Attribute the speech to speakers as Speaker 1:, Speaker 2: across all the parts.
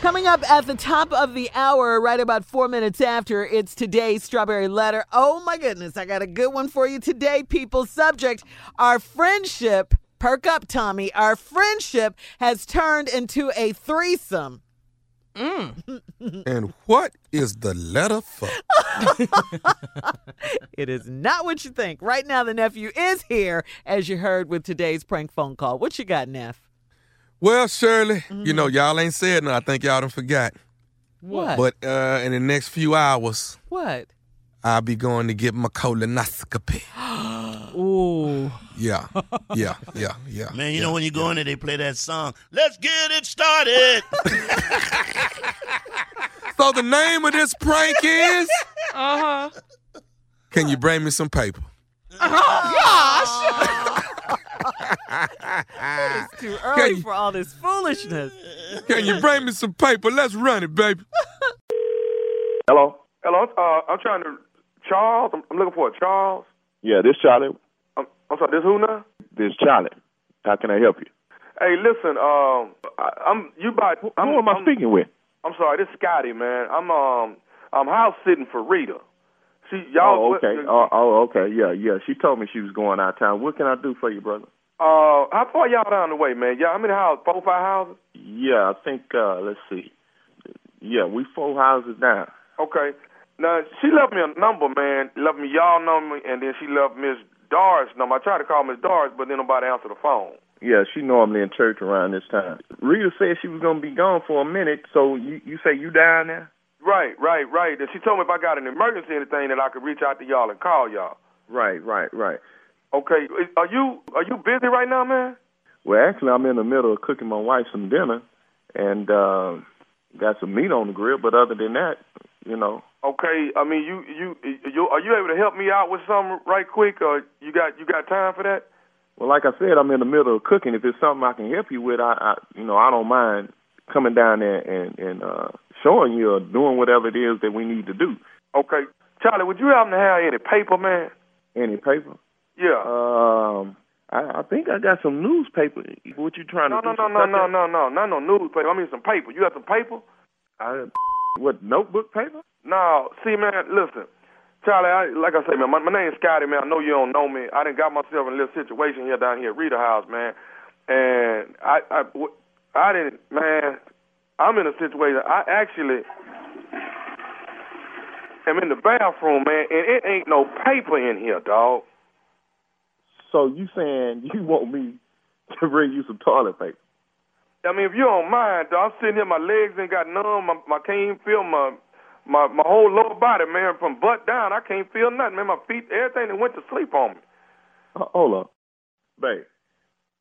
Speaker 1: Coming up at the top of the hour, right about four minutes after, it's today's Strawberry Letter. Oh my goodness, I got a good one for you today, people. Subject Our friendship, perk up, Tommy, our friendship has turned into a threesome.
Speaker 2: And what is the letter for?
Speaker 1: It is not what you think. Right now, the nephew is here, as you heard with today's prank phone call. What you got, Neff?
Speaker 2: Well, Shirley, you know, y'all ain't said no. I think y'all done forgot.
Speaker 1: What?
Speaker 2: But uh, in the next few hours,
Speaker 1: What?
Speaker 2: I'll be going to get my colonoscopy.
Speaker 1: Ooh.
Speaker 2: Yeah, yeah, yeah, yeah.
Speaker 3: Man, you know when you go in there, they play that song. Let's get it started.
Speaker 2: So the name of this prank is?
Speaker 4: Uh huh.
Speaker 2: Can you bring me some paper?
Speaker 1: It's too early
Speaker 2: you-
Speaker 1: for all this foolishness.
Speaker 2: Can you bring me some paper? Let's run it, baby.
Speaker 5: Hello. Hello. Uh, I'm trying to Charles. I'm, I'm looking for a Charles.
Speaker 6: Yeah, this Charlie.
Speaker 5: I'm, I'm sorry. This who now?
Speaker 6: This Charlie. How can I help you?
Speaker 5: Hey, listen. Um, I, I'm you by. I'm,
Speaker 6: Who am I
Speaker 5: I'm-
Speaker 6: speaking with?
Speaker 5: I'm sorry. This is Scotty, man. I'm um, I'm house sitting for Rita. She y'all. uh,
Speaker 6: Oh, okay. Oh, oh, okay. Yeah, yeah. She told me she was going out of town. What can I do for you, brother?
Speaker 5: Uh, how far y'all down the way, man? Y'all, I'm in the house. Four, five houses.
Speaker 6: Yeah, I think. uh Let's see. Yeah, we four houses down.
Speaker 5: Okay. Now she left me a number, man. Left me y'all number, and then she left Miss Doris number. I tried to call Miss Doris, but then nobody answered the phone.
Speaker 6: Yeah, she normally in church around this time. Rita said she was gonna be gone for a minute, so you you say you down there?
Speaker 5: Right, right, right. And she told me if I got an emergency or anything, that I could reach out to y'all and call y'all.
Speaker 6: Right, right, right.
Speaker 5: Okay, are you are you busy right now, man?
Speaker 6: Well, actually, I'm in the middle of cooking my wife some dinner, and uh, got some meat on the grill. But other than that, you know,
Speaker 5: Okay, I mean, you you you are you able to help me out with something right quick, or you got you got time for that?
Speaker 6: Well, like I said, I'm in the middle of cooking. If it's something I can help you with, I, I you know, I don't mind coming down there and and uh, showing you or doing whatever it is that we need to do.
Speaker 5: Okay, Charlie, would you happen to have any paper, man?
Speaker 6: Any paper?
Speaker 5: Yeah.
Speaker 6: Um, I, I think I got some newspaper. What you trying
Speaker 5: no,
Speaker 6: to
Speaker 5: no,
Speaker 6: do?
Speaker 5: no, no, no, no, no, not no newspaper. I mean some paper. You have some paper?
Speaker 6: I, what notebook paper?
Speaker 5: No, see, man, listen, Charlie. I, like I say, man, my, my name's Scotty, man. I know you don't know me. I done got myself in a little situation here down here at Reader House, man. And I, I, w- I didn't, man. I'm in a situation. I actually am in the bathroom, man, and it ain't no paper in here, dog.
Speaker 6: So you saying you want me to bring you some toilet paper?
Speaker 5: I mean, if you don't mind, dog, I'm sitting here, my legs ain't got numb. My, my can't even feel my. My my whole lower body, man, from butt down, I can't feel nothing, man. My feet, everything that went to sleep on me.
Speaker 6: Ho- Hold up, babe.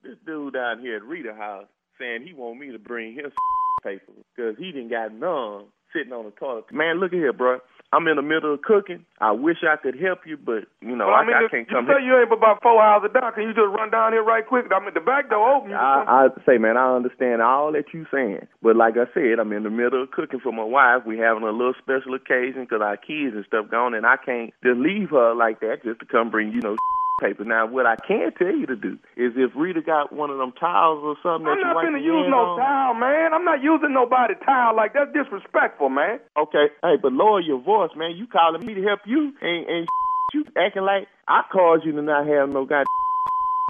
Speaker 6: This dude down here at Rita House saying he want me to bring his paper because he didn't got none sitting on the toilet. Man, look at here, bro. I'm in the middle of cooking. I wish I could help you, but you know
Speaker 5: Well,
Speaker 6: I,
Speaker 5: I mean,
Speaker 6: I
Speaker 5: if
Speaker 6: can't
Speaker 5: you
Speaker 6: come
Speaker 5: say
Speaker 6: here.
Speaker 5: you ain't but about four hours down. Can you just run down here right quick? I mean, the back door open. You just-
Speaker 6: I, I say, man, I understand all that you saying, but like I said, I'm in the middle of cooking for my wife. We having a little special occasion 'cause our kids and stuff gone, and I can't just leave her like that just to come bring you know paper. Now, what I can tell you to do is if Rita got one of them towels or something
Speaker 5: I'm not
Speaker 6: that you
Speaker 5: gonna
Speaker 6: wipe your
Speaker 5: use
Speaker 6: hand
Speaker 5: no
Speaker 6: on,
Speaker 5: towel, man. I'm not using nobody towel like that's disrespectful, man.
Speaker 6: Okay, hey, but lower your voice, man. You calling me to help you, and, and you acting like I caused you to not have no goddamn.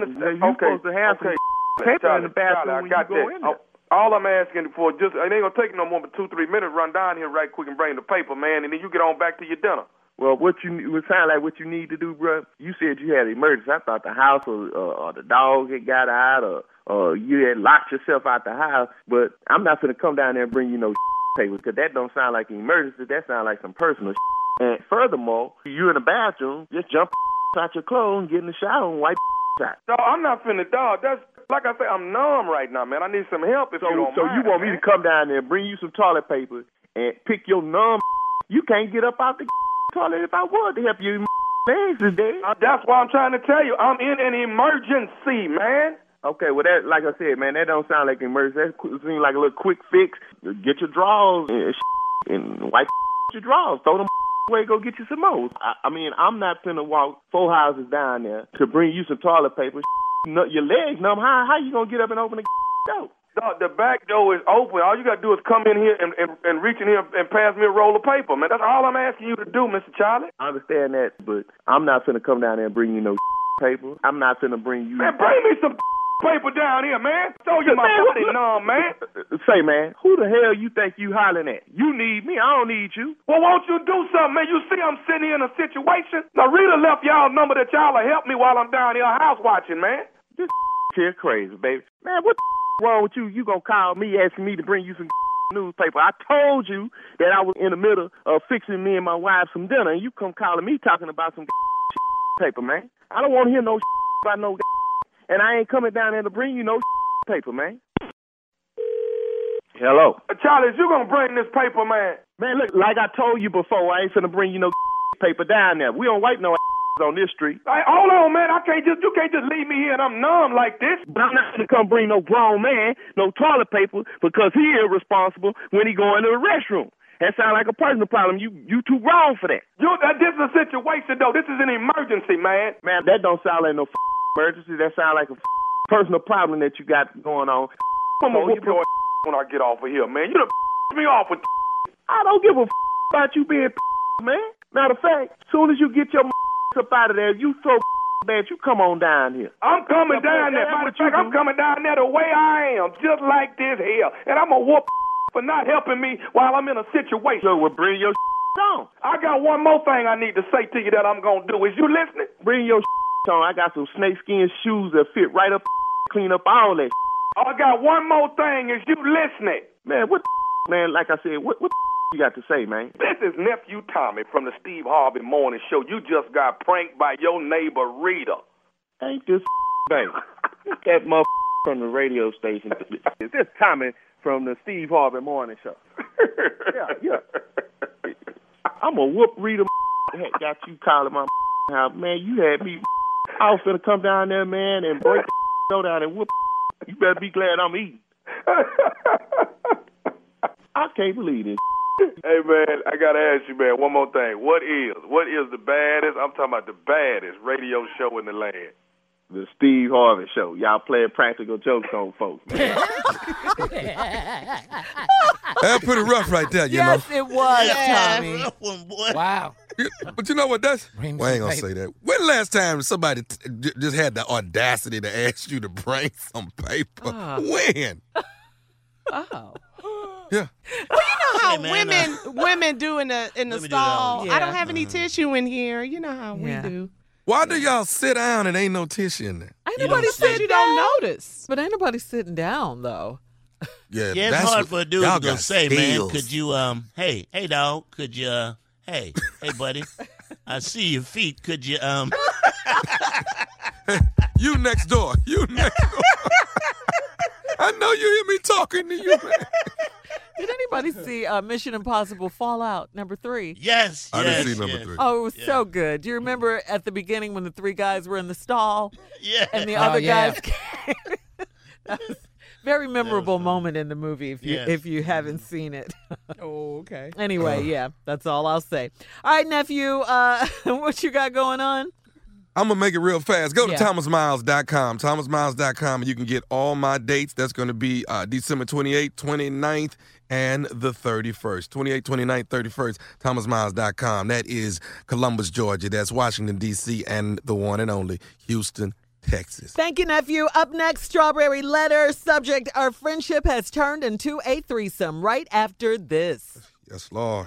Speaker 6: You supposed to have
Speaker 5: okay.
Speaker 6: some paper
Speaker 5: Charlie,
Speaker 6: in the
Speaker 5: Charlie,
Speaker 6: bathroom when
Speaker 5: I got
Speaker 6: you go
Speaker 5: that. Oh,
Speaker 6: in there.
Speaker 5: All I'm asking for just it ain't gonna take no more than two, three minutes. Run down here right quick and bring the paper, man, and then you get on back to your dinner.
Speaker 6: Well, what you it sound like what you need to do, bruh, You said you had an emergency. I thought the house or, uh, or, or the dog had got out, or or you had locked yourself out the house. But I'm not gonna come down there and bring you no papers because that don't sound like an emergency. That sound like some personal. And furthermore, you in the bathroom, just jump out your clothes and get in the shower and wipe out.
Speaker 5: No, I'm not finna, dog. That's like I say, I'm numb right now, man. I need some help if
Speaker 6: So,
Speaker 5: you don't
Speaker 6: so
Speaker 5: mind.
Speaker 6: you want me
Speaker 5: man.
Speaker 6: to come down there, bring you some toilet paper, and pick your numb? You can't get up out the toilet if I wanted to help you. Your Legs is dead.
Speaker 5: Uh, That's why I'm trying to tell you. I'm in an emergency, man.
Speaker 6: Okay, well that, like I said, man, that don't sound like an emergency. That seems like a little quick fix. Get your drawers and, and wipe your drawers. Throw them away. Go get you some more. I, I mean, I'm not finna walk four houses down there to bring you some toilet paper. No- Your legs numb. How how you gonna get up and open the door?
Speaker 5: Dog, the back door is open. All you got to do is come in here and, and, and reach in here and pass me a roll of paper, man. That's all I'm asking you to do, Mr. Charlie.
Speaker 6: I understand that, but I'm not finna come down there and bring you no paper. I'm not finna bring you.
Speaker 5: Man, bring me some paper down here, man. Show you my
Speaker 6: Man, what-
Speaker 5: body numb, man.
Speaker 6: Say, man, who the hell you think you hollering at? You need me. I don't need you.
Speaker 5: Well, won't you do something, man? You see I'm sitting here in a situation. Now, Rita left y'all number that y'all will help me while I'm down here house watching, man.
Speaker 6: You're crazy, baby. Man, what the wrong with you? You gonna call me asking me to bring you some newspaper? I told you that I was in the middle of fixing me and my wife some dinner, and you come calling me talking about some paper, man. I don't want to hear no about no, and I ain't coming down there to bring you no paper, man. Hello.
Speaker 5: Uh, Charlie, is you going to bring this paper, man?
Speaker 6: Man, look, like I told you before, I ain't finna bring you no paper down there. We don't wipe no on this street.
Speaker 5: Like, hold on, man. I can't just, you can't just leave me here and I'm numb like this.
Speaker 6: But I'm not gonna come bring no grown man no toilet paper because he irresponsible when he go into the restroom. That sound like a personal problem. You you too wrong for that.
Speaker 5: You, uh, this is a situation, though. This is an emergency, man.
Speaker 6: Man, that don't sound like no emergency. That sound like a personal problem that you got going on.
Speaker 5: I'm
Speaker 6: Oh,
Speaker 5: going to
Speaker 6: you
Speaker 5: whoop your when I get off of here, man. You done me off with
Speaker 6: I don't give a about you being man. Matter of fact, soon as you get your up out of there, you so bad you come on down here.
Speaker 5: I'm coming down there. Matter of fact, I'm coming down there the way I am, just like this here. And I'm going to whoop for not helping me while I'm in a situation.
Speaker 6: So well, bring your on.
Speaker 5: I got one more thing I need to say to you that I'm going to do. Is you listening?
Speaker 6: Bring your on. I got some snakeskin shoes that fit right up, clean up all that.
Speaker 5: I got one more thing. Is you listening?
Speaker 6: Man, what the man? Like I said, what what the you got to say, man?
Speaker 5: This is Nephew Tommy from the Steve Harvey Morning Show. You just got pranked by your neighbor, Rita.
Speaker 6: Ain't this bang? that mother from the radio station. Is this Tommy from the Steve Harvey Morning Show? Yeah, yeah. I'm a whoop reader. Heck, got you calling my house, man. You had me. I was finna come down there, man, and break the down and whoop. You better be glad I'm eating. I can't believe this.
Speaker 5: Hey man, I gotta ask you, man, one more thing. What is what is the baddest? I'm talking about the baddest radio show in the land.
Speaker 6: The Steve Harvey Show. Y'all playing practical jokes on folks, man.
Speaker 2: That's pretty rough right there, you
Speaker 1: yes, it was,
Speaker 3: Yeah,
Speaker 1: Tommy.
Speaker 3: rough one, boy.
Speaker 4: Wow.
Speaker 2: know. But you know what? That's
Speaker 4: Bring me
Speaker 2: well, I ain't
Speaker 4: some
Speaker 2: gonna
Speaker 4: paper.
Speaker 2: say that. When last time somebody t- j- just had the audacity to ask you to bring some paper? When?
Speaker 1: Oh.
Speaker 2: Yeah.
Speaker 7: how
Speaker 3: Hey, man, uh,
Speaker 7: women women do in the in the
Speaker 3: Women do that all
Speaker 7: uh, stall.
Speaker 1: the
Speaker 7: I
Speaker 1: time.
Speaker 7: don't have any tissue in here. You know how
Speaker 1: Yeah.
Speaker 7: we do.
Speaker 2: Why do y'all sit down and ain't no tissue in there?
Speaker 1: Ain't
Speaker 3: You don't
Speaker 1: nobody
Speaker 3: sit.
Speaker 1: sitting
Speaker 7: You
Speaker 1: down.
Speaker 7: don't notice.
Speaker 1: But ain't nobody sitting down, though.
Speaker 2: Yeah,
Speaker 3: Yeah, it's
Speaker 2: that's
Speaker 3: hard
Speaker 2: what-
Speaker 3: for a dude
Speaker 2: y'all
Speaker 3: to go
Speaker 2: got
Speaker 3: say, man,
Speaker 2: skills.
Speaker 3: could you, um, hey, hey, dog, could you, uh, hey, hey, buddy, I see your feet. Could you, um,
Speaker 2: You next door. You next door. I know you hear me talking to you, man.
Speaker 1: Did anybody see uh, Mission Impossible Fallout number three?
Speaker 3: yes,
Speaker 2: I
Speaker 3: yes,
Speaker 2: didn't see number
Speaker 3: yes,
Speaker 2: three.
Speaker 1: Oh, it was so good. Do you remember at the beginning when the three guys were in the stall
Speaker 3: Yeah.
Speaker 1: and the
Speaker 4: Oh,
Speaker 1: other
Speaker 4: yeah.
Speaker 1: guys came? That was a very memorable moment in the movie if you
Speaker 3: Yes.
Speaker 1: if you haven't seen it.
Speaker 4: Oh, okay.
Speaker 1: anyway, yeah, that's all I'll say. All right, nephew, uh, what you got going on?
Speaker 2: I'm gonna make it real fast. Go to
Speaker 1: Yeah.
Speaker 2: thomasmiles.com, thomasmiles.com, and you can get all my dates. That's gonna be uh, December 28th, 29th, and the 31st. 28th, 29th, 31st, thomasmiles.com. That is Columbus, Georgia. That's Washington, D.C., and the one and only Houston, Texas.
Speaker 1: Thank you, nephew. Up next, strawberry letter. Subject Our friendship has turned into a threesome right after this.
Speaker 2: Yes, Lord.